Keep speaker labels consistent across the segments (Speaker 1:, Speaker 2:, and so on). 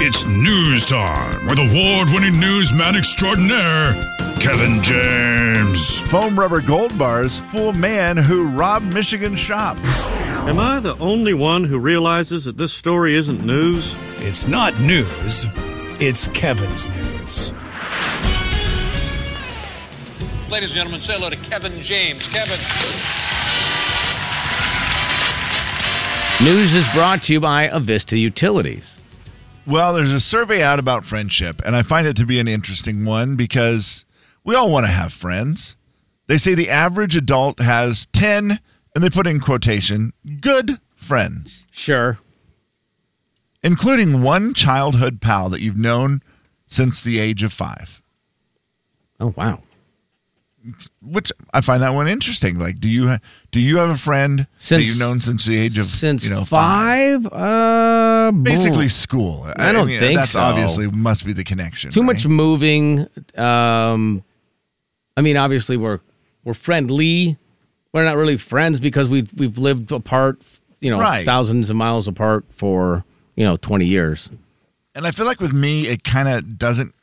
Speaker 1: It's news time with award winning newsman extraordinaire, Kevin James.
Speaker 2: Foam rubber gold bars fool man who robbed Michigan shop.
Speaker 3: Am I the only one who realizes that this story isn't news?
Speaker 4: It's not news, it's Kevin's news.
Speaker 5: Ladies and gentlemen, say hello to Kevin James. Kevin.
Speaker 6: News is brought to you by Avista Utilities.
Speaker 2: Well, there's a survey out about friendship, and I find it to be an interesting one because we all want to have friends. They say the average adult has 10, and they put in quotation, good friends,
Speaker 6: Sure.
Speaker 2: including one childhood pal that you've known since the age of five,
Speaker 6: Oh, wow.
Speaker 2: which I find that one interesting. Like, do you, ha- do you have a friend that
Speaker 6: Since-
Speaker 2: you've known since the age of
Speaker 6: Since
Speaker 2: you know,
Speaker 6: five, uh,
Speaker 2: Basically,
Speaker 6: boom.
Speaker 2: school.
Speaker 6: I don't think
Speaker 2: that's
Speaker 6: so.
Speaker 2: obviously must be the connection.
Speaker 6: too
Speaker 2: right?
Speaker 6: much moving. Um, I mean, obviously we're we're friendly. We're not really friends because we we've lived apart, you know,
Speaker 2: Right.
Speaker 6: thousands of miles apart for you know twenty years.
Speaker 2: And I feel like with me, it kind of doesn't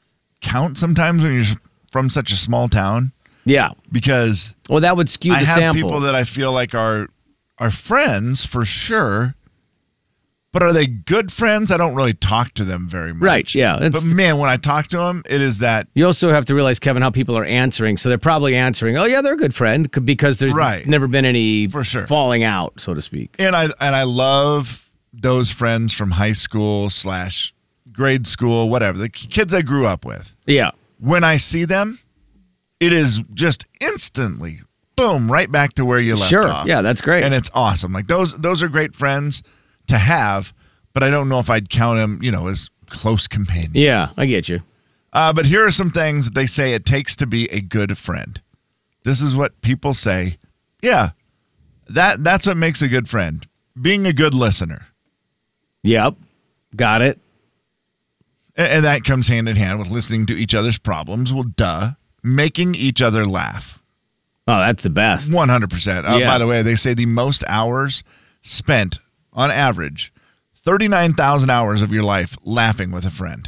Speaker 2: count sometimes when you're from such a small town
Speaker 6: Yeah.
Speaker 2: because
Speaker 6: Well, that would skew
Speaker 2: I
Speaker 6: the
Speaker 2: have
Speaker 6: sample.
Speaker 2: people that I feel like are are friends for sure. But are they good friends? I don't really talk to them very much.
Speaker 6: Right, yeah, it's-
Speaker 2: But man, when I talk to them, it is that
Speaker 6: you also have to realize, Kevin, how people are answering. So they're probably answering, "Oh yeah, they're a good friend," c- because there's
Speaker 2: Right.
Speaker 6: never been any
Speaker 2: For sure.
Speaker 6: falling out, so to speak.
Speaker 2: and I and I love those friends from high school slash grade school, whatever. The kids I grew up with.
Speaker 6: Yeah.
Speaker 2: when I see them, it is just instantly boom right back to where you left
Speaker 6: Sure.
Speaker 2: off.
Speaker 6: Yeah, that's great.
Speaker 2: and it's awesome. Like those those are great friends to have, but I don't know if I'd count them, you know, as close companions.
Speaker 6: Yeah, I get you.
Speaker 2: Uh, but here are some things that they say it takes to be a good friend. This is what people say. Yeah, that that's what makes a good friend. Being a good listener,
Speaker 6: Yep. Got it.
Speaker 2: A- and that comes hand in hand with listening to each other's problems. Well, duh, making each other laugh.
Speaker 6: Oh, that's the best.
Speaker 2: One hundred percent. Uh, By
Speaker 6: Yeah.
Speaker 2: the way, they say the most hours spent on average, thirty nine thousand hours of your life laughing with a friend.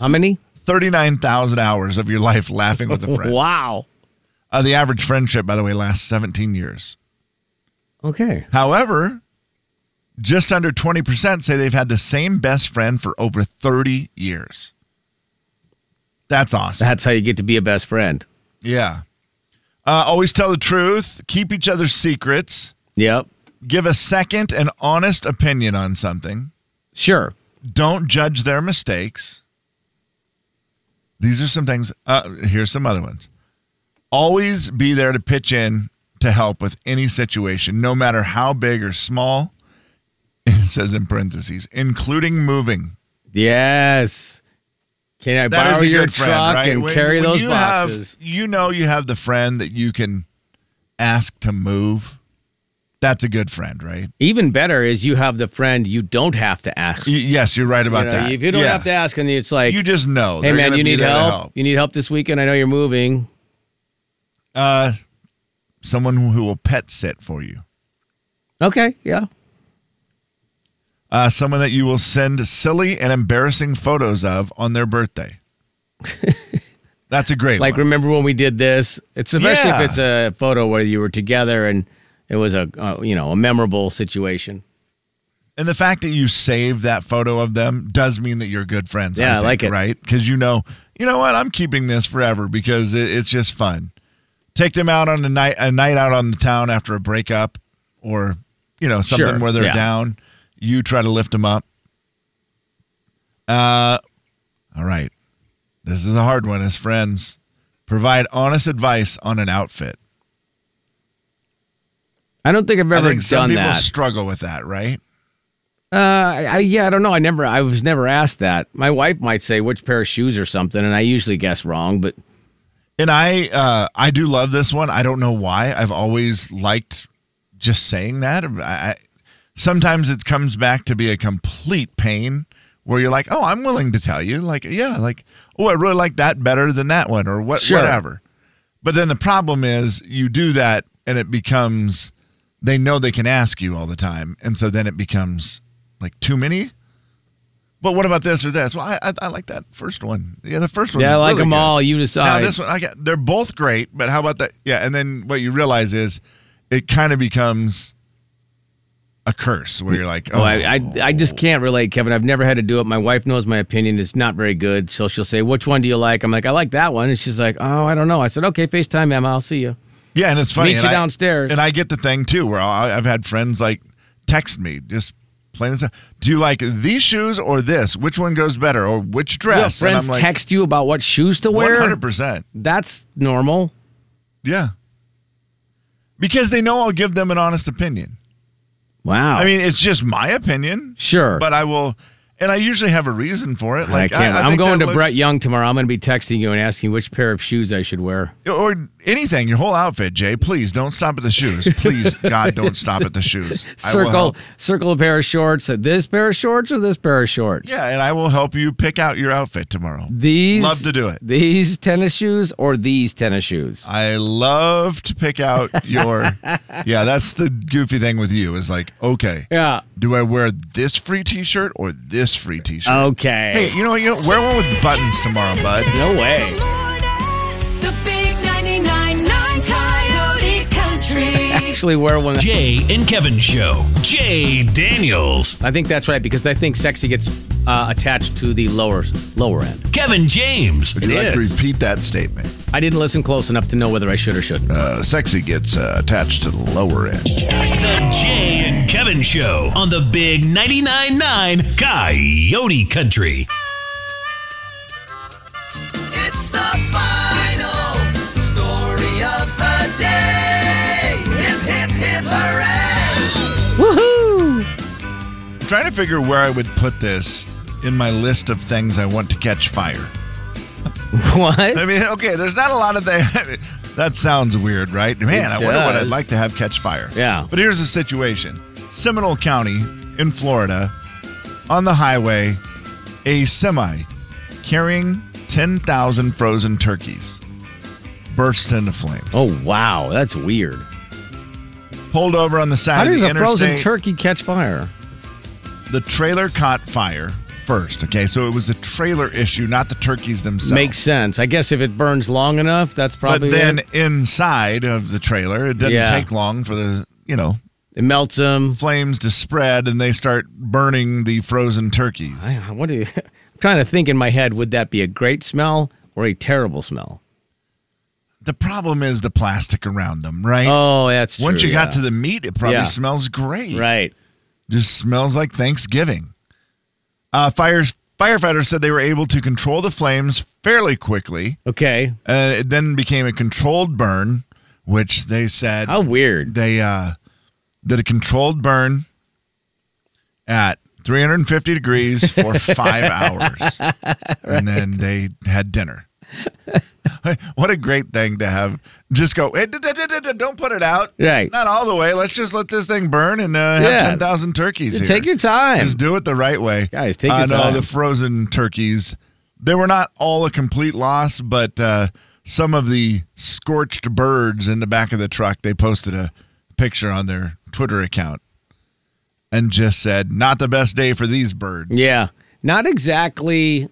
Speaker 6: How many?
Speaker 2: Thirty nine thousand hours of your life laughing with a friend.
Speaker 6: Wow.
Speaker 2: Uh, the average friendship, by the way, lasts seventeen years.
Speaker 6: Okay.
Speaker 2: However, just under twenty percent say they've had the same best friend for over thirty years. That's awesome.
Speaker 6: That's how you get to be a best friend.
Speaker 2: yeah. Uh, always tell the truth. Keep each other's secrets.
Speaker 6: Yep.
Speaker 2: Give a second and honest opinion on something.
Speaker 6: Sure.
Speaker 2: don't judge their mistakes. These are some things. Uh, here's some other ones. Always be there to pitch in to help with any situation, no matter how big or small. It says in parentheses, including moving.
Speaker 6: Yes. Can I
Speaker 2: That is
Speaker 6: borrow
Speaker 2: a
Speaker 6: your
Speaker 2: good friend,
Speaker 6: truck
Speaker 2: right?
Speaker 6: and
Speaker 2: When-
Speaker 6: carry
Speaker 2: when
Speaker 6: those
Speaker 2: you have-
Speaker 6: boxes?
Speaker 2: you know, you have the friend that you can ask to move. That's a good friend, right?
Speaker 6: Even better is you have the friend you don't have to ask.
Speaker 2: Y- yes, you're right
Speaker 6: You
Speaker 2: about
Speaker 6: know,
Speaker 2: that.
Speaker 6: If you don't
Speaker 2: Yeah.
Speaker 6: have to ask, and it's like,
Speaker 2: you just know.
Speaker 6: hey
Speaker 2: They're
Speaker 6: man,
Speaker 2: gonna
Speaker 6: you
Speaker 2: be
Speaker 6: need
Speaker 2: there to
Speaker 6: help? You need help this weekend. I know you're moving.
Speaker 2: Uh, someone who will pet sit for you.
Speaker 6: Okay. Yeah.
Speaker 2: uh, someone that you will send silly and embarrassing photos of on their birthday. That's a great
Speaker 6: Like
Speaker 2: one.
Speaker 6: remember when we did this? It's especially
Speaker 2: Yeah.
Speaker 6: if it's a photo where you were together and it was a uh, you know a memorable situation.
Speaker 2: and the fact that you saved that photo of them does mean that you're good friends.
Speaker 6: Yeah, I
Speaker 2: think,
Speaker 6: like it.
Speaker 2: right? Because you know, you know what? I'm keeping this forever because it, it's just fun. Take them out on a night a night out on the town after a breakup, or you know something
Speaker 6: Sure,
Speaker 2: where they're
Speaker 6: yeah.
Speaker 2: down. You try to lift them up. Uh, all right. This is a hard one. As friends, provide honest advice on an outfit.
Speaker 6: I don't think I've
Speaker 2: I
Speaker 6: ever
Speaker 2: think some
Speaker 6: done
Speaker 2: people
Speaker 6: that.
Speaker 2: struggle with that, right?
Speaker 6: Uh, I, I- yeah, I don't know. I never, I was never asked that. My wife might say which pair of shoes or something, and I usually guess wrong. But
Speaker 2: And I uh, I do love this one. I don't know why. I've always liked just saying that. I, I, sometimes it comes back to be a complete pain where you're like, oh, I'm willing to tell you. Like, yeah, like, oh, I really like that better than that one or what,
Speaker 6: Sure.
Speaker 2: whatever. But then the problem is you do that and it becomes they know they can ask you all the time. And so then it becomes like too many. But what about this or this? Well, I I, I like that first one. Yeah, the first one.
Speaker 6: Yeah, I like them
Speaker 2: good.
Speaker 6: all. You
Speaker 2: Now
Speaker 6: decide.
Speaker 2: this one, I got. They're both great, but how about that? Yeah, and then what you realize is, it kind of becomes a curse where you're like, oh,
Speaker 6: Oh, I, I, I just can't relate, Kevin. I've never had to do it. My wife knows my opinion. It's not very good. So she'll say, Which one do you like? I'm like, I like that one. And she's like, Oh, I don't know. I said, Okay, FaceTime, Emma. I'll see you.
Speaker 2: Yeah, and it's funny.
Speaker 6: Meet
Speaker 2: and
Speaker 6: you
Speaker 2: I-
Speaker 6: downstairs.
Speaker 2: And I get the thing too, where I, I've had friends like text me just plain and simple. Do you like these shoes or this? Which one goes better, or which
Speaker 6: Your
Speaker 2: dress?
Speaker 6: friends text you about what shoes to wear.
Speaker 2: One hundred percent.
Speaker 6: That's normal.
Speaker 2: Yeah, because they know I'll give them an honest opinion.
Speaker 6: Wow.
Speaker 2: I mean, it's just my opinion.
Speaker 6: Sure.
Speaker 2: but I will, and I usually have a reason for it. Like
Speaker 6: I can't.
Speaker 2: I,
Speaker 6: I, am
Speaker 2: think
Speaker 6: going
Speaker 2: that
Speaker 6: to
Speaker 2: looks-
Speaker 6: Brett Young tomorrow. I'm going to be texting you and asking which pair of shoes I should wear.
Speaker 2: or anything. Your whole outfit, Jay. Please don't stop at the shoes. Please, God, don't stop at the shoes. I will help.
Speaker 6: Circle, circle a pair of shorts. uh, This pair of shorts or this pair of shorts.
Speaker 2: Yeah, and I will help you pick out your outfit tomorrow.
Speaker 6: These
Speaker 2: Love to do it. Uh,
Speaker 6: These tennis shoes or these tennis shoes.
Speaker 2: I love to pick out your. yeah, that's the goofy thing with you is like, okay,
Speaker 6: Yeah.
Speaker 2: do I wear this free T-shirt or this free T-shirt?
Speaker 6: Oh. Okay.
Speaker 2: Hey, you know what? You know, wear one with buttons tomorrow, bud.
Speaker 6: No way.
Speaker 7: The big 99.9 Coyote Country.
Speaker 6: Actually, wear one.
Speaker 4: Jay and Kevin Show. Jay Daniels.
Speaker 6: I think that's right because I think sexy gets uh, attached to the lower lower end.
Speaker 4: Kevin James.
Speaker 2: Would you
Speaker 6: It
Speaker 2: like to
Speaker 6: is.
Speaker 2: repeat that statement?
Speaker 6: I didn't listen close enough to know whether I should or shouldn't.
Speaker 2: Uh, sexy gets uh, attached to the lower end.
Speaker 4: The Jay and Kevin Show on the big 99.9 9 Coyote Country.
Speaker 8: It's the final story of the day. Hip, hip, hip, hooray!
Speaker 2: trying to figure where I would put this in my list of things I want to catch fire.
Speaker 6: what?
Speaker 2: I mean, okay, there's not a lot of that. That sounds weird, right? Man, I wonder what I'd
Speaker 6: does.
Speaker 2: like to have catch fire.
Speaker 6: Yeah.
Speaker 2: But here's the situation Seminole County in Florida, on the highway, a semi carrying 10,000 frozen turkeys burst into flames.
Speaker 6: Oh wow, that's weird.
Speaker 2: Pulled over on the side
Speaker 6: How
Speaker 2: of
Speaker 6: does
Speaker 2: the
Speaker 6: a frozen
Speaker 2: interstate.
Speaker 6: turkey catch fire?
Speaker 2: the trailer caught fire first, okay? So it was a trailer issue, not the turkeys themselves.
Speaker 6: Makes sense. I guess if it burns long enough, that's probably
Speaker 2: but then
Speaker 6: it.
Speaker 2: inside of the trailer, it doesn't
Speaker 6: Yeah.
Speaker 2: take long for the, you know,
Speaker 6: It melts them.
Speaker 2: flames to spread and they start burning the frozen turkeys.
Speaker 6: What do you? I'm trying to think in my head. Would that be a great smell or a terrible smell?
Speaker 2: The problem is the plastic around them, right?
Speaker 6: Oh, that's
Speaker 2: Once
Speaker 6: true,
Speaker 2: you
Speaker 6: yeah.
Speaker 2: got to the meat, it probably
Speaker 6: Yeah.
Speaker 2: smells great.
Speaker 6: right.
Speaker 2: Just smells like Thanksgiving. Uh, fires, firefighters said they were able to control the flames fairly quickly.
Speaker 6: Okay.
Speaker 2: Uh, it then became a controlled burn, which they said
Speaker 6: How weird.
Speaker 2: they uh, did a controlled burn at 350 degrees for five hours, and then they had dinner. what a great thing to have! Just go, "Eh, da, da, da, da, da, don't put it out,
Speaker 6: Right.
Speaker 2: Not all the way. Let's just let this thing burn and uh, have
Speaker 6: Yeah.
Speaker 2: ten thousand turkeys. here.
Speaker 6: Take your time.
Speaker 2: Just do it the right way,
Speaker 6: Guys, take your
Speaker 2: I know
Speaker 6: time.
Speaker 2: the frozen turkeys. They were not all a complete loss, but uh, some of the scorched birds in the back of the truck. They posted a picture on their Twitter account and just said, "Not the best day for these birds."
Speaker 6: Yeah. Not exactly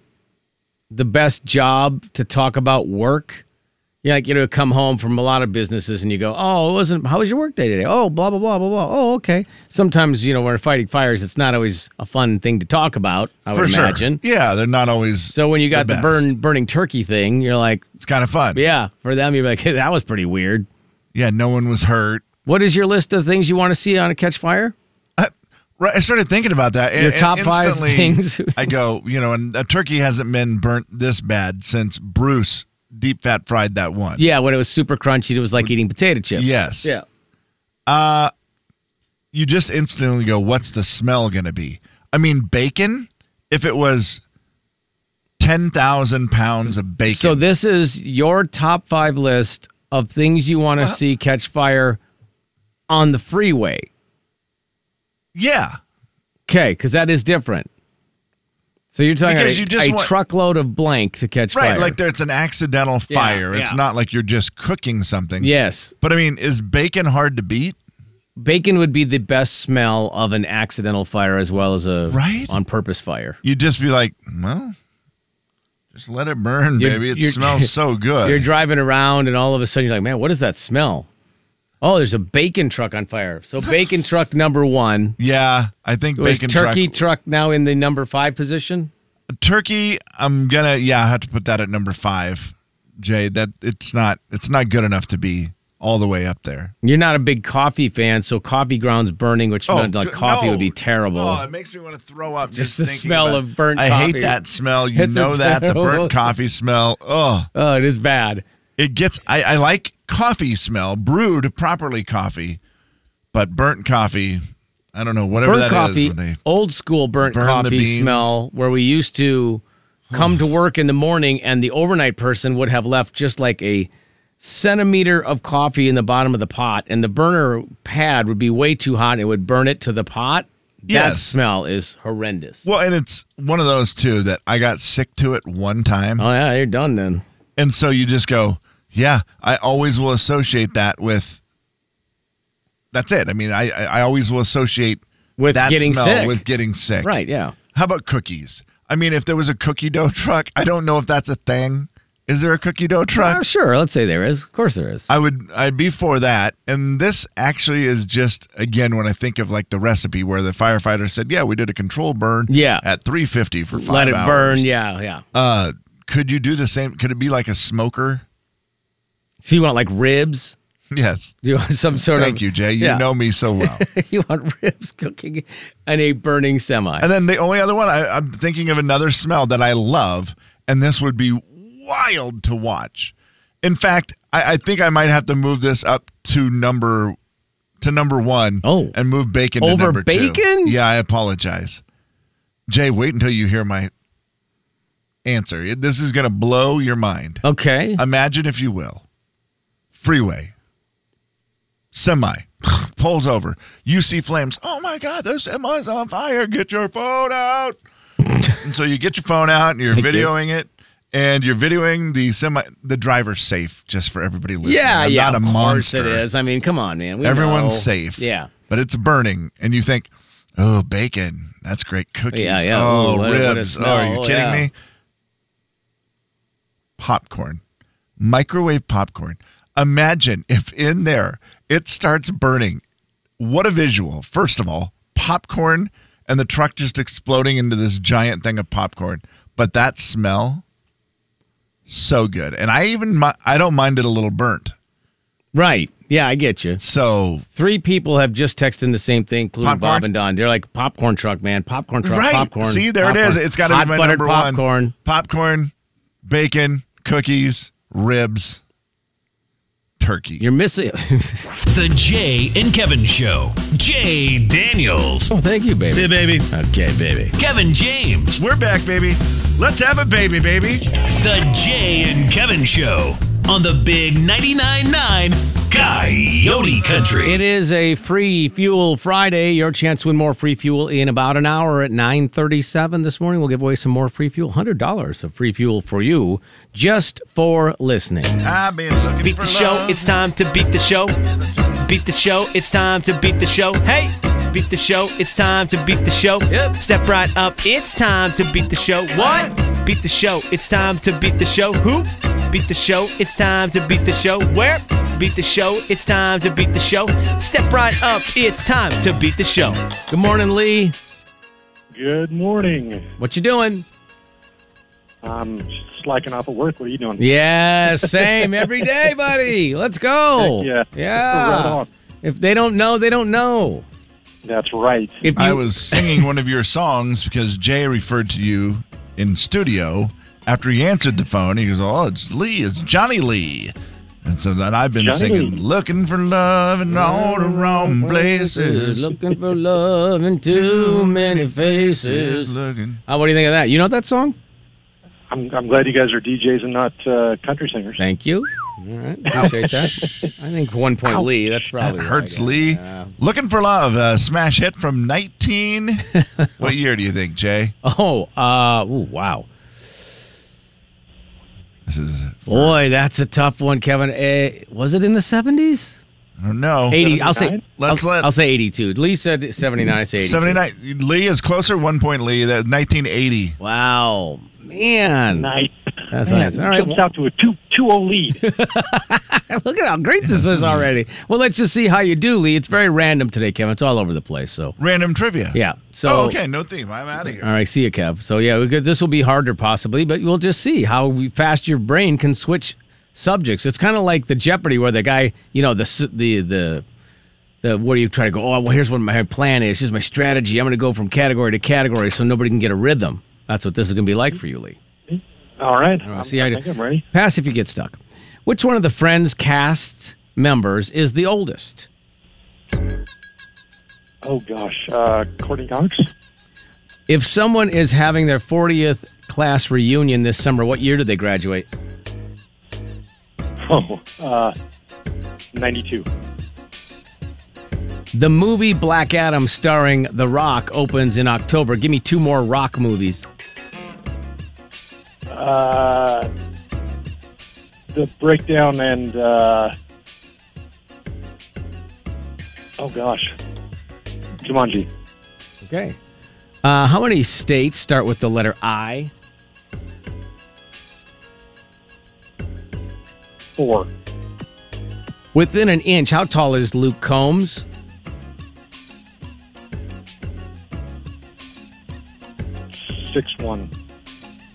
Speaker 6: the best job to talk about work. Yeah, like you know, come home from a lot of businesses and you go, "Oh, it wasn't. How was your work day today? Oh, blah blah blah blah blah. Oh, okay." Sometimes you know when we're fighting fires, it's not always a fun thing to talk about. I
Speaker 2: for
Speaker 6: would imagine.
Speaker 2: sure. Yeah, they're not always
Speaker 6: So when you got the,
Speaker 2: best.
Speaker 6: burn burning turkey thing, you're like,
Speaker 2: It's kind of fun.
Speaker 6: yeah, for them, you're like, hey, that was pretty weird.
Speaker 2: Yeah, no one was hurt.
Speaker 6: What is your list of things you want to see on a catch fire?
Speaker 2: Right, I started thinking about that. and-
Speaker 6: Your
Speaker 2: and
Speaker 6: top five
Speaker 2: instantly
Speaker 6: things.
Speaker 2: I go, you know, and a turkey hasn't been burnt this bad since Bruce deep fat fried that one.
Speaker 6: Yeah, when it was super crunchy, it was like eating potato chips.
Speaker 2: Yes.
Speaker 6: Yeah.
Speaker 2: You just instantly go, what's the smell going to be? I mean, bacon, if it was 10,000 pounds of bacon.
Speaker 6: So this is your top five list of things you want to see catch fire on the freeway.
Speaker 2: yeah.
Speaker 6: Okay, because that is different. So you're talking about
Speaker 2: Because
Speaker 6: a,
Speaker 2: you just
Speaker 6: a
Speaker 2: want-
Speaker 6: truckload of blank to catch
Speaker 2: Right.
Speaker 6: fire.
Speaker 2: Like there, it's an accidental
Speaker 6: Yeah,
Speaker 2: fire. It's
Speaker 6: yeah.
Speaker 2: not like you're just cooking something.
Speaker 6: yes.
Speaker 2: But I mean, is bacon hard to beat?
Speaker 6: bacon would be the best smell of an accidental fire as well as a
Speaker 2: Right?
Speaker 6: on purpose fire.
Speaker 2: You'd just be like, well, just let it burn,
Speaker 6: You're-
Speaker 2: baby. It
Speaker 6: you're-
Speaker 2: smells so good.
Speaker 6: You're driving around and all of a sudden you're like, man, what is that smell? Oh, there's a bacon truck on fire. So bacon truck number one.
Speaker 2: yeah, I think
Speaker 6: Was
Speaker 2: bacon
Speaker 6: turkey
Speaker 2: truck.
Speaker 6: truck now in the number five position?
Speaker 2: turkey. I'm gonna yeah, I have to put that at number five, Jay. That it's not it's not good enough to be all the way up there.
Speaker 6: You're not a big coffee fan, so coffee grounds burning, which meant like
Speaker 2: good-
Speaker 6: coffee
Speaker 2: Oh, no.
Speaker 6: would be terrible.
Speaker 2: Oh, it makes me want to throw up. Just,
Speaker 6: Just the
Speaker 2: thinking
Speaker 6: smell
Speaker 2: about
Speaker 6: of
Speaker 2: it.
Speaker 6: burnt
Speaker 2: I
Speaker 6: coffee.
Speaker 2: hate that smell. You
Speaker 6: It's a
Speaker 2: know that the
Speaker 6: terrible-
Speaker 2: burnt coffee smell. Oh,
Speaker 6: oh, it is bad.
Speaker 2: it gets. I, I like coffee smell, brewed properly coffee, but burnt coffee. I don't know whatever that is
Speaker 6: burnt coffee,
Speaker 2: when they
Speaker 6: old school burnt
Speaker 2: burn the
Speaker 6: coffee
Speaker 2: beans.
Speaker 6: smell, where we used to come to work in the morning and the overnight person would have left just like a centimeter of coffee in the bottom of the pot, and the burner pad would be way too hot and it would burn it to the pot. That
Speaker 2: Yes.
Speaker 6: smell is horrendous.
Speaker 2: Well, and it's one of those too that I got sick to it one time,
Speaker 6: Oh, yeah, you're done then.
Speaker 2: and so you just go, yeah. I always will associate that with. That's it. I mean, I I I always will associate
Speaker 6: With
Speaker 2: that
Speaker 6: getting
Speaker 2: smell
Speaker 6: sick.
Speaker 2: with getting sick.
Speaker 6: Right, yeah.
Speaker 2: How about cookies? I mean, if there was a cookie dough truck, I don't know if that's a thing. Is there a cookie dough
Speaker 6: Oh,
Speaker 2: truck?
Speaker 6: sure. Let's say there is. Of course there is.
Speaker 2: I would I'd be for that. And this actually is just again when I think of like the recipe where the firefighter said, "Yeah, we did a control burn
Speaker 6: Yeah.
Speaker 2: at 350 for 5
Speaker 6: Let it
Speaker 2: hours."
Speaker 6: burn. Yeah, yeah.
Speaker 2: Uh, could you do the same? Could it be like a smoker?
Speaker 6: So you want like ribs?
Speaker 2: Yes.
Speaker 6: You want some sort of.
Speaker 2: Thank you, Jay. You
Speaker 6: Yeah.
Speaker 2: know me so well.
Speaker 6: you want ribs cooking in a burning semi.
Speaker 2: and then the only other one I, I'm thinking of another smell that I love, and this would be wild to watch. In fact, I, I think I might have to move this up to number to number one.
Speaker 6: Oh.
Speaker 2: and move bacon to
Speaker 6: Over
Speaker 2: number two.
Speaker 6: bacon?
Speaker 2: Yeah, I apologize, Jay. Wait until you hear my answer. It- This is going to blow your mind.
Speaker 6: Okay.
Speaker 2: Imagine, if you will, freeway, semi, pulls over. You see flames. Oh my God, those semi's on fire. Get your phone out. and so you get your phone out and you're
Speaker 6: Thank you.
Speaker 2: videoing it. And you're videoing the semi, the driver's safe, just for everybody listening.
Speaker 6: Yeah,
Speaker 2: I'm
Speaker 6: yeah.
Speaker 2: Not a
Speaker 6: of course
Speaker 2: monster.
Speaker 6: it is. I mean, come on, man. We
Speaker 2: Everyone's
Speaker 6: know.
Speaker 2: safe.
Speaker 6: Yeah.
Speaker 2: But it's burning, and you think, oh, bacon. That's great cookies.
Speaker 6: Yeah, yeah.
Speaker 2: Oh,
Speaker 6: Ooh, what a- what a
Speaker 2: ribs. oh,
Speaker 6: smell.
Speaker 2: are you kidding
Speaker 6: Yeah.
Speaker 2: me? Popcorn, microwave popcorn. Imagine if in there it starts burning. What a visual. First of all, popcorn and the truck just exploding into this giant thing of popcorn. But that smell, so good. And I even, mi- I don't mind it a little burnt.
Speaker 6: Right. Yeah, I get you.
Speaker 2: So
Speaker 6: Three people have just texted in the same thing, including
Speaker 2: Popcorn?
Speaker 6: Bob and Don. They're like, popcorn truck, man. Popcorn truck,
Speaker 2: right.
Speaker 6: popcorn.
Speaker 2: See, there it is.
Speaker 6: popcorn.
Speaker 2: It's got to
Speaker 6: Hot
Speaker 2: be my
Speaker 6: buttered
Speaker 2: number
Speaker 6: popcorn.
Speaker 2: one. Popcorn, bacon, cookies, ribs, turkey.
Speaker 6: You're missing.
Speaker 4: The Jay and Kevin Show. Jay Daniels.
Speaker 6: oh, thank you, baby.
Speaker 2: baby.
Speaker 6: Okay, baby.
Speaker 4: Kevin James.
Speaker 2: We're back, baby. Let's have a baby, baby.
Speaker 4: The Jay and Kevin Show on the Big 99.9 9 Coyote Country.
Speaker 6: It is a free fuel Friday. Your chance to win more free fuel in about an hour at 9:37 this morning. We'll give away some more free fuel, $100 of free fuel for you just for listening.
Speaker 2: I've been looking
Speaker 9: beat
Speaker 2: for
Speaker 9: the show.
Speaker 2: love.
Speaker 9: It's time to beat the show. Beat the show. It's time to beat the show. Hey, beat the show. It's time to beat the show.
Speaker 6: Yep.
Speaker 9: Step right up. It's time to beat the show. What? Beat the show. It's time to beat the show. Who? Beat the show. It's time to beat the show. Where? Beat the show. It's time to beat the show. Step right up. It's time to beat the show.
Speaker 6: Good morning, Lee.
Speaker 10: Good morning.
Speaker 6: What you doing?
Speaker 10: I'm slacking off at work. What are you doing?
Speaker 6: Yeah, same every day, buddy. Let's go.
Speaker 10: Heck yeah.
Speaker 6: Yeah.
Speaker 10: Right on.
Speaker 6: If they don't know, they don't know.
Speaker 10: That's right.
Speaker 6: If you,
Speaker 2: I was singing one of your songs because Jay referred to you in studio after he answered the phone. He goes, "Oh, it's Lee. It's Johnny Lee." And so then I've been
Speaker 10: Johnny
Speaker 2: singing,
Speaker 10: Lee.
Speaker 2: "Looking for love in all the wrong places."
Speaker 6: looking for love in too many faces.
Speaker 2: Looking.
Speaker 6: Uh, what do you think of that? You know that song?
Speaker 10: I'm, I'm glad you guys are DJs and not uh, country singers.
Speaker 6: Thank you. All right, appreciate that. I think one point Lee. That's
Speaker 2: That
Speaker 6: probably right,
Speaker 2: hurts,
Speaker 6: yeah.
Speaker 2: Lee.
Speaker 6: Yeah.
Speaker 2: Looking for love, a smash hit from 19. what year do you think, Jay?
Speaker 6: Oh, uh, ooh, wow,
Speaker 2: This is
Speaker 6: boy, that's a tough one, Kevin. Eh, was it in the seventies?
Speaker 2: I don't know.
Speaker 6: 80. I'll say.
Speaker 2: Let's
Speaker 6: I'll,
Speaker 2: let-
Speaker 6: I'll say 82. Lee said 79. I say 82.
Speaker 2: 79. Lee is closer. One point Lee. That 1980.
Speaker 6: Wow, man.
Speaker 11: Nice.
Speaker 6: That's
Speaker 11: Man,
Speaker 6: nice. All right.
Speaker 11: Jumps out to a 2 2 lead.
Speaker 6: Look at how great this is already. Well, let's just see how you do, Lee. It's very random today, Kevin. It's all over the place. So
Speaker 2: Random trivia.
Speaker 6: yeah. So
Speaker 2: oh, okay. No theme. I'm out of here.
Speaker 6: All right, see you, Kev. So yeah, we could, this will be harder possibly, but we'll just see how we- fast your brain can switch subjects. It's kind of like the Jeopardy where the guy, you know, the s- the the the what do you try to go? Oh, well, here's what my plan is. Here's my strategy. I'm going to go from category to category so nobody can get a rhythm. That's what this is going to be like for you, Lee.
Speaker 11: All right.
Speaker 6: All right,
Speaker 11: I'm-
Speaker 6: see how
Speaker 11: I
Speaker 6: you
Speaker 11: think I'm ready.
Speaker 6: Pass if you get stuck. Which one of the Friends cast members is the oldest?
Speaker 11: Oh, gosh. Uh, Courtney Cox?
Speaker 6: If someone is having their 40th class reunion this summer, what year did they graduate?
Speaker 11: Oh, uh, 92.
Speaker 6: The movie Black Adam starring The Rock opens in October. Give me two more Rock movies.
Speaker 11: Uh, the breakdown and, uh, oh, gosh. Jumanji.
Speaker 6: Okay. Uh, how many states start with the letter I?
Speaker 11: Four.
Speaker 6: Within an inch, how tall is Luke Combs?
Speaker 11: Six. One.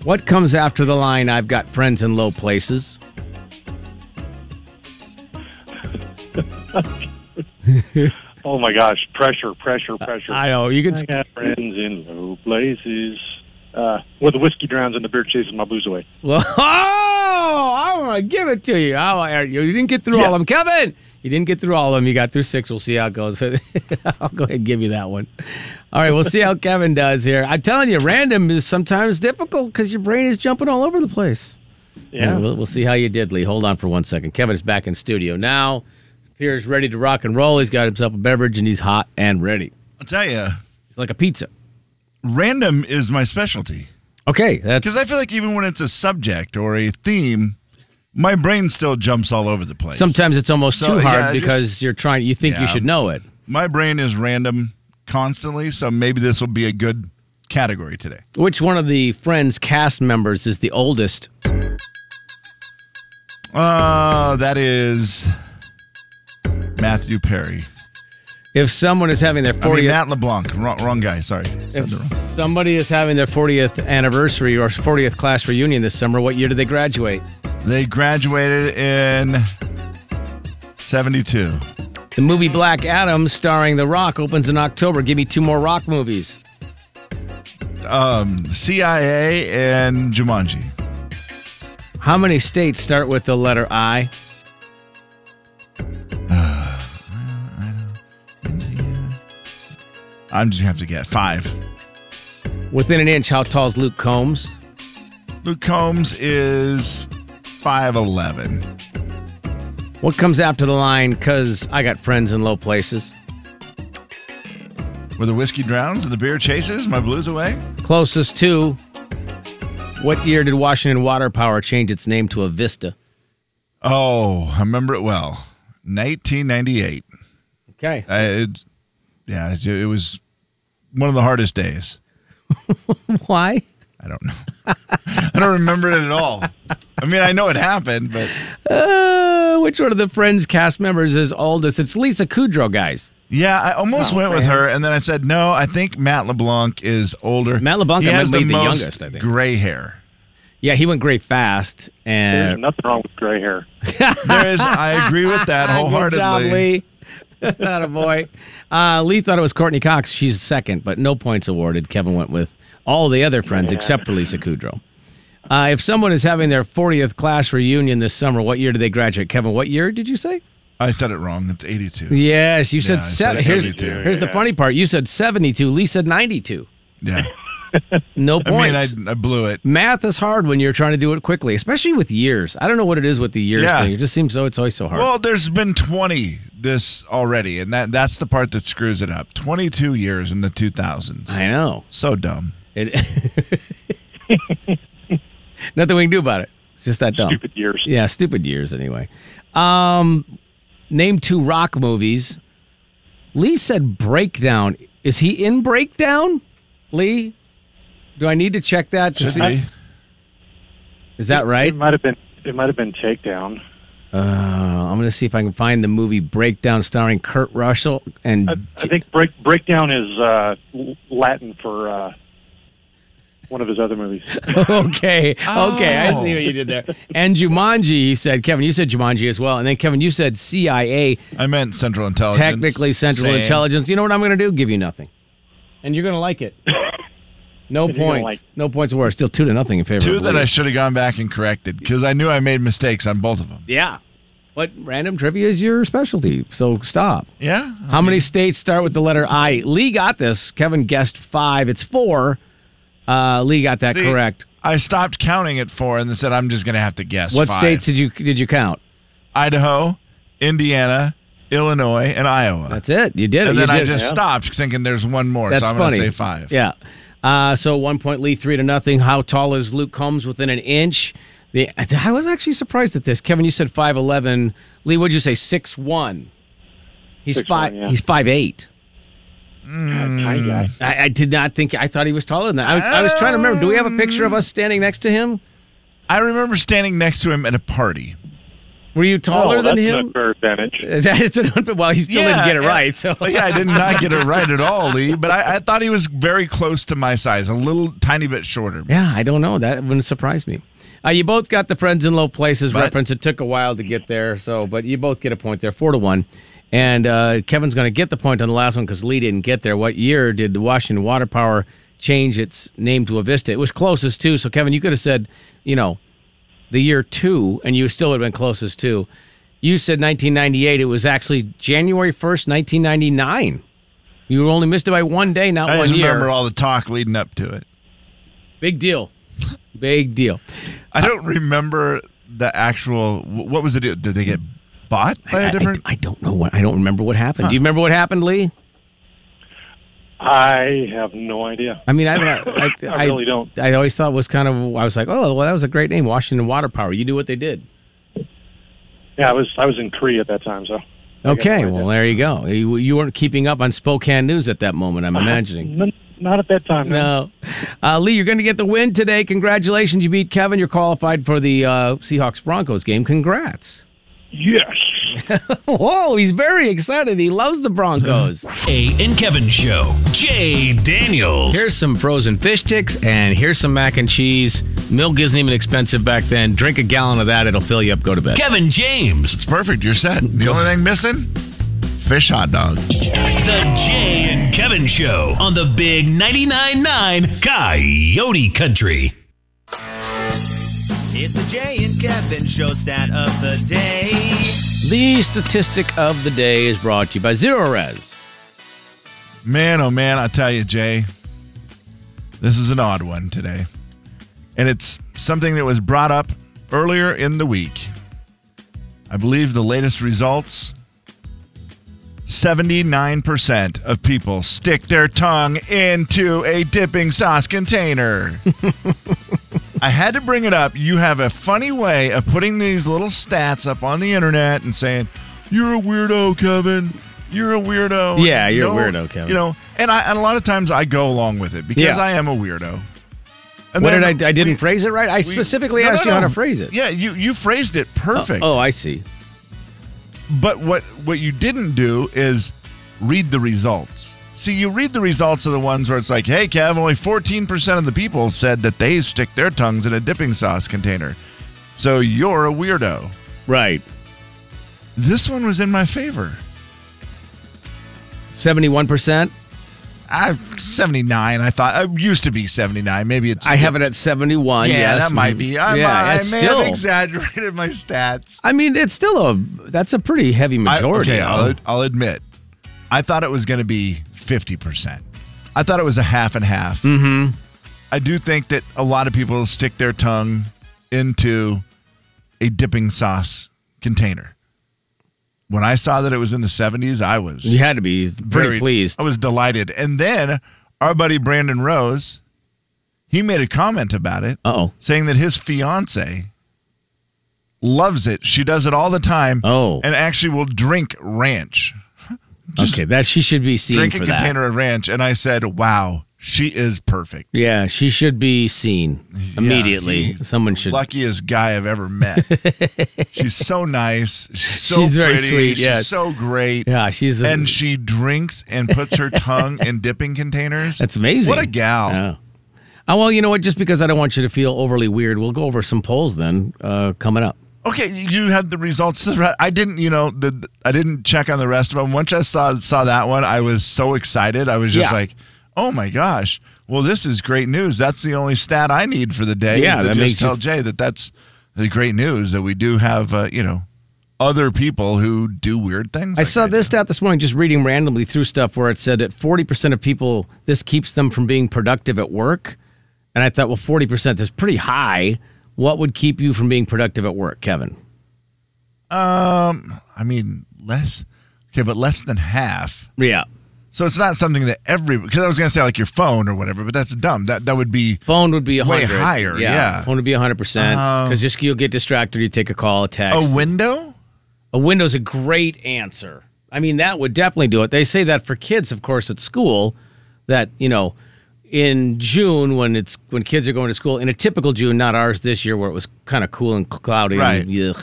Speaker 6: What comes after the line, I've got friends in low places?
Speaker 11: Oh, my gosh. Pressure, pressure, pressure.
Speaker 6: Uh, I know. You
Speaker 11: I
Speaker 6: could.
Speaker 11: got friends in low places. Uh, where the whiskey drowns and the beer chases my blues away.
Speaker 6: Well, oh, I want to give it to you. I wanna- you didn't get through all of them. Kevin, you didn't get through all of them. You got through six. We'll see how it goes. I'll go ahead and give you that one. All right, we'll see how Kevin does here. I'm telling you, random is sometimes difficult because your brain is jumping all over the place.
Speaker 11: Yeah.
Speaker 6: we'll, we'll see how you did, Lee. Hold on for one second. Kevin is back in studio now. Pierre's ready to rock and roll. He's got himself a beverage and he's hot and ready.
Speaker 2: I'll tell you,
Speaker 6: He's like a pizza.
Speaker 2: random is my specialty
Speaker 6: Okay, that's
Speaker 2: because I feel like even when it's a subject or a theme, my brain still jumps all over the place.
Speaker 6: sometimes it's almost
Speaker 2: So,
Speaker 6: too
Speaker 2: yeah,
Speaker 6: hard
Speaker 2: just-
Speaker 6: because you're trying. You think you
Speaker 2: Yeah.
Speaker 6: should know it.
Speaker 2: my brain is random constantly, so maybe this will be a good category today.
Speaker 6: Which one of the Friends cast members is the oldest?
Speaker 2: Uh, that is Matthew Perry.
Speaker 6: If someone is having their
Speaker 2: I mean,
Speaker 6: 40th,
Speaker 2: Matt LeBlanc. Wrong, wrong guy. Sorry. Said
Speaker 6: if
Speaker 2: the wrong.
Speaker 6: somebody is having their 40th anniversary or 40th class reunion this summer, what year did they graduate?
Speaker 2: They graduated in 72.
Speaker 6: The movie Black Adam, starring The Rock, opens in October. Give me two more Rock movies.
Speaker 2: Um, CIA and Jumanji.
Speaker 6: How many states start with the letter I?
Speaker 2: I'm just gonna have to get five.
Speaker 6: Within an inch, how tall is Luke Combs?
Speaker 2: Luke Combs is 5'11.
Speaker 6: What comes after the line? Cause I got friends in low places.
Speaker 2: Where the whiskey drowns and the beer chases my blues away.
Speaker 6: Closest to. What year did Washington Water Power change its name to Avista?
Speaker 2: Oh, I remember it well. 1998.
Speaker 6: Okay.
Speaker 2: I, it, yeah, it, it was one of the hardest days.
Speaker 6: Why?
Speaker 2: I don't know. I don't remember it at all. I mean, I know it happened, but
Speaker 6: Uh, which one of the Friends cast members is oldest? It's Lisa Kudrow, guys.
Speaker 2: yeah, I
Speaker 6: Oh,
Speaker 2: almost went with her, and then I said, no, I think Matt LeBlanc is older.
Speaker 6: Matt LeBlanc
Speaker 2: he
Speaker 6: might
Speaker 2: has
Speaker 6: be the
Speaker 2: most
Speaker 6: youngest, I think.
Speaker 2: gray hair.
Speaker 6: Yeah, he went great fast.
Speaker 11: There's
Speaker 6: And
Speaker 11: nothing wrong with gray hair.
Speaker 2: There is. I agree with that
Speaker 6: good
Speaker 2: wholeheartedly.
Speaker 6: job, Lee. That a boy. Uh, Lee thought it was Courtney Cox. She's second, but no points awarded. Kevin went with all the other friends except for Lisa Kudrow. Uh, if someone is having their 40th class reunion this summer, what year did they graduate? Kevin, what year did you say?
Speaker 2: I said it wrong. It's 82.
Speaker 6: Yes, you said,
Speaker 2: I
Speaker 6: seven.
Speaker 2: said
Speaker 6: here's
Speaker 2: 72.
Speaker 6: here's the funny part. You said 72. Lee said 92.
Speaker 2: Yeah.
Speaker 6: No
Speaker 2: I
Speaker 6: points.
Speaker 2: mean, I, I blew it.
Speaker 6: Math is hard when you're trying to do it quickly, especially with years. I don't know what it is with the years
Speaker 2: Yeah.
Speaker 6: thing. It just seems so it's always so hard.
Speaker 2: Well, there's been 20 this already, and that that's the part that screws it up. 22 years in the 2000s.
Speaker 6: I know.
Speaker 2: So dumb.
Speaker 6: It, nothing we can do about it. It's just that dumb.
Speaker 11: Stupid years.
Speaker 6: Yeah, stupid years anyway. Um, name two rock movies. Lee said Breakdown. Is he in Breakdown? Lee, do I need to check that to
Speaker 10: Should
Speaker 6: see?
Speaker 10: be.
Speaker 6: Is that right?
Speaker 10: It might have been. It might have been Takedown.
Speaker 6: Uh, I'm going to see if I can find the movie Breakdown starring Kurt Russell and
Speaker 10: I think break, Breakdown is uh, l- Latin for uh, one of his other movies.
Speaker 6: okay, okay, I see what you did
Speaker 2: Oh.
Speaker 6: there. And Jumanji, he said, Kevin, you said Jumanji as well. And then Kevin, you said CIA.
Speaker 2: I meant Central Intelligence.
Speaker 6: Technically Central
Speaker 2: Same.
Speaker 6: Intelligence. You know what I'm going to do? Give you nothing. And you're going to like it. No
Speaker 2: And you're gonna
Speaker 6: points.
Speaker 2: like-
Speaker 6: no points were. Still two to nothing in favor.
Speaker 2: Two
Speaker 6: of
Speaker 2: that
Speaker 6: Lee.
Speaker 2: I should have gone back and corrected because I knew I made mistakes on both of them.
Speaker 6: Yeah. But random trivia is your specialty, so stop.
Speaker 2: Oh, Yeah.
Speaker 6: How many states start with the letter I? Lee got this. Kevin guessed five. It's four. Uh, Lee got that
Speaker 2: See,
Speaker 6: correct.
Speaker 2: I stopped counting at four and then said I'm just going to have to guess.
Speaker 6: What
Speaker 2: five.
Speaker 6: states did you did you count?
Speaker 2: Idaho, Indiana, Illinois, and Iowa. That's
Speaker 6: it. You did it.
Speaker 2: And then
Speaker 6: You
Speaker 2: I
Speaker 6: did it.
Speaker 2: just
Speaker 6: Yeah.
Speaker 2: stopped thinking there's one more,
Speaker 6: That's
Speaker 2: so I'm
Speaker 6: funny.
Speaker 2: going to say five.
Speaker 6: Yeah. Uh, so one point Lee, three to nothing. How tall is Luke Combs within an inch? The I was actually surprised at this. Kevin, you said five eleven. Lee, what'd you say? Six one. He's five.
Speaker 2: yeah.
Speaker 6: He's five eight.
Speaker 2: tiny guy.
Speaker 6: I, I did not think. I thought he was taller than that. I, I was trying to remember. Do we have a picture of us standing next to him?
Speaker 2: I remember standing next to him at a party.
Speaker 6: Were you taller
Speaker 2: Oh,
Speaker 6: than
Speaker 2: that's
Speaker 6: him?
Speaker 2: not
Speaker 10: fair advantage.
Speaker 6: It's an unfair- well, he still didn't get it right. So
Speaker 2: yeah, I did not get it right at all, Lee. But I, I thought he was very close to my size, a little tiny bit shorter.
Speaker 6: Yeah, I don't know. That wouldn't surprise me. Uh, you both got the friends in low places
Speaker 2: But-
Speaker 6: reference. It took a while to get there, so but you both get a point there, four to one. And uh, Kevin's going to get the point on the last one because Lee didn't get there. What year did the Washington Water Power change its name to Avista? It was closest too. So Kevin, you could have said, you know, the year two, and you still would have been closest too. You said 1998. It was actually January 1st, 1999. You only missed it by one day, not
Speaker 2: I
Speaker 6: one
Speaker 2: just
Speaker 6: year.
Speaker 2: remember all the talk leading up to it.
Speaker 6: Big deal. Big deal.
Speaker 2: I don't remember the actual. wh- What was it? Did they get bought by
Speaker 6: I- I-
Speaker 2: a different?
Speaker 6: I, don't know what. I don't remember what happened. Do you remember what happened, Lee?
Speaker 10: I have no idea.
Speaker 6: I mean, I, I, I,
Speaker 10: I really don't.
Speaker 6: I always thought it was kind of. I was like, oh, well, that was a great name, Washington Water Power. You do what they did.
Speaker 10: Yeah, I was I was in Korea at that time, so.
Speaker 6: Okay, well, there you go. You, you weren't keeping up on Spokane news at that moment. I'm imagining.
Speaker 10: N- Not at that time.
Speaker 6: No, uh, Lee, you're going to get the win today. Congratulations, you beat Kevin. You're qualified for the uh, Seahawks Broncos game. Congrats.
Speaker 10: Yes.
Speaker 6: Whoa, he's very excited. He loves the Broncos.
Speaker 4: A and Kevin Show. Jay Daniels.
Speaker 6: Here's some frozen fish sticks, and here's some mac and cheese. Milk isn't even expensive back then. Drink a gallon of that; it'll fill you up. Go to bed.
Speaker 4: Kevin James. It's
Speaker 2: perfect. You're set. The only thing missing, fish hot dog.
Speaker 4: The Jay and Kevin Show on the Big 99.9 9 Coyote Country.
Speaker 8: It's the Jay and Kevin show stat of the day.
Speaker 6: The statistic of the day is brought to you by Zero Res.
Speaker 2: Man, oh man, I tell you, Jay, this is an odd one today. And it's something that was brought up earlier in the week. I believe the latest results 79% of people stick their tongue into a dipping sauce container. I had to bring it up. You have a funny way of putting these little stats up on the internet and saying, You're a weirdo, Kevin. You're a weirdo.
Speaker 6: Yeah, you're a
Speaker 2: No,
Speaker 6: weirdo, Kevin.
Speaker 2: You know, and, I, and a lot of times I go along with it because
Speaker 6: Yeah.
Speaker 2: I am a weirdo. And
Speaker 6: what
Speaker 2: then
Speaker 6: did I? I didn't
Speaker 2: we-
Speaker 6: phrase it right. I
Speaker 2: we-
Speaker 6: specifically
Speaker 2: No, no,
Speaker 6: asked you how
Speaker 2: no.
Speaker 6: to phrase it.
Speaker 2: Yeah, you, you phrased it perfect.
Speaker 6: Oh, oh, I see.
Speaker 2: But what what you didn't do is read the results. See, you read the results of the ones where it's like, "Hey, Kev, only 14% of the people said that they stick their tongues in a dipping sauce container." So you're a weirdo.
Speaker 6: Right.
Speaker 2: This one was in my favor.
Speaker 6: Seventy-one percent.
Speaker 2: I 79. I thought it used to be 79. Maybe it's
Speaker 6: I have it at seventy-one.
Speaker 2: Yeah,
Speaker 6: Uh, yes.
Speaker 2: that might be. I,
Speaker 6: yeah,
Speaker 2: I, I may
Speaker 6: that's still.
Speaker 2: have exaggerated my stats.
Speaker 6: I mean, it's still a. That's a pretty heavy majority.
Speaker 2: I, okay, uh, I'll,
Speaker 6: though.
Speaker 2: I'll admit, I thought it was going to be fifty percent. I thought it was a half and half. Mm-hmm. I do think that a lot of people stick their tongue into a dipping sauce container. When I saw that it was in the seventies, I was
Speaker 6: you had to be pretty
Speaker 2: very-
Speaker 6: pleased.
Speaker 2: I was delighted. And then our buddy Brandon Rose, he made a comment about it,
Speaker 6: Uh oh.
Speaker 2: saying that his fiance loves it. She does it all the time.
Speaker 6: Oh.
Speaker 2: And actually will drink ranch.
Speaker 6: okay, that she should be seen
Speaker 2: drink
Speaker 6: for
Speaker 2: a
Speaker 6: that.
Speaker 2: container of ranch. And I said, wow, she is perfect.
Speaker 6: Yeah, she should be seen immediately. Someone should.
Speaker 2: Luckiest guy I've ever met. she's so nice. She's so
Speaker 6: She's very
Speaker 2: pretty,
Speaker 6: sweet,
Speaker 2: She's
Speaker 6: yeah.
Speaker 2: so great.
Speaker 6: Yeah, she's a-
Speaker 2: and she drinks and puts her tongue in dipping containers.
Speaker 6: That's amazing.
Speaker 2: What a gal.
Speaker 6: Yeah. Oh, well, you know what? Just because I don't want you to feel overly weird, we'll go over some polls then uh, coming up.
Speaker 2: Okay, you had the results. to the re- I didn't, you know, the, I didn't check on the rest of them. Once I saw saw that one, I was so excited. I was just
Speaker 6: Yeah.
Speaker 2: like, "Oh my gosh! Well, this is great news. That's the only stat I need for the day. is to
Speaker 6: Yeah, that
Speaker 2: just
Speaker 6: makes you-
Speaker 2: tell Jay that that's the great news that we do have, uh, you know, other people who do weird things.
Speaker 6: I saw this stat this morning just reading randomly through stuff where it said that 40% of people, this keeps them from being productive at work. And I thought, well, 40% is pretty high. What would keep you from being productive at work, Kevin?
Speaker 2: Um, I mean, less. Okay, but less than half.
Speaker 6: Yeah.
Speaker 2: So it's not something that every because I was gonna say like your phone or whatever, but that's dumb. That that would be
Speaker 6: Phone would be
Speaker 2: way
Speaker 6: 100.
Speaker 2: higher. yeah.
Speaker 6: Phone would be 100%.
Speaker 2: Oh.
Speaker 6: Because just you'll get distracted. You take a call, a text. Oh,
Speaker 2: A window?
Speaker 6: A window's a great answer. I mean, that would definitely do it. They say that for kids, of course, at school, that, you know, in June when it's when kids are going to school, in a typical June, not ours this year where it was kind of cool and cloudy.
Speaker 2: Right.
Speaker 6: And, ugh.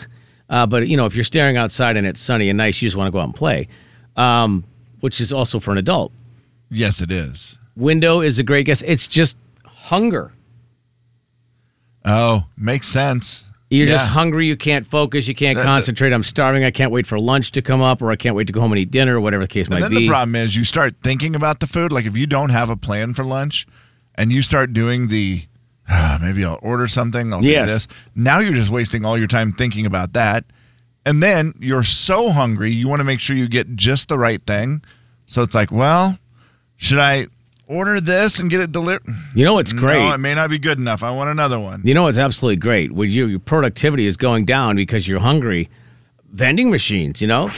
Speaker 6: Uh, but, you know, if you're staring outside and it's sunny and nice, you just want to go out and play, um, which is also for an adult.
Speaker 2: Yes, it is.
Speaker 6: Window is a great guess. It's just hunger.
Speaker 2: Oh, makes sense.
Speaker 6: You're
Speaker 2: Yeah.
Speaker 6: just hungry. You can't focus. You can't
Speaker 2: That- that-
Speaker 6: concentrate. I'm starving. I can't wait for lunch to come up, or I can't wait to go home and eat dinner, or whatever the case
Speaker 2: And
Speaker 6: might
Speaker 2: then
Speaker 6: be.
Speaker 2: the problem is you start thinking about the food. Like if you don't have a plan for lunch, and you start doing the "Ah, maybe I'll order something. I'll
Speaker 6: Yes.
Speaker 2: do this. Now you're just wasting all your time thinking about that, and then you're so hungry you want to make sure you get just the right thing. So it's like, well, should I order this and get it delivered?
Speaker 6: You know what's great?
Speaker 2: No, it may not be good enough. I want another one.
Speaker 6: You know what's absolutely great? When you, your productivity is going down because you're hungry. Vending machines, you know?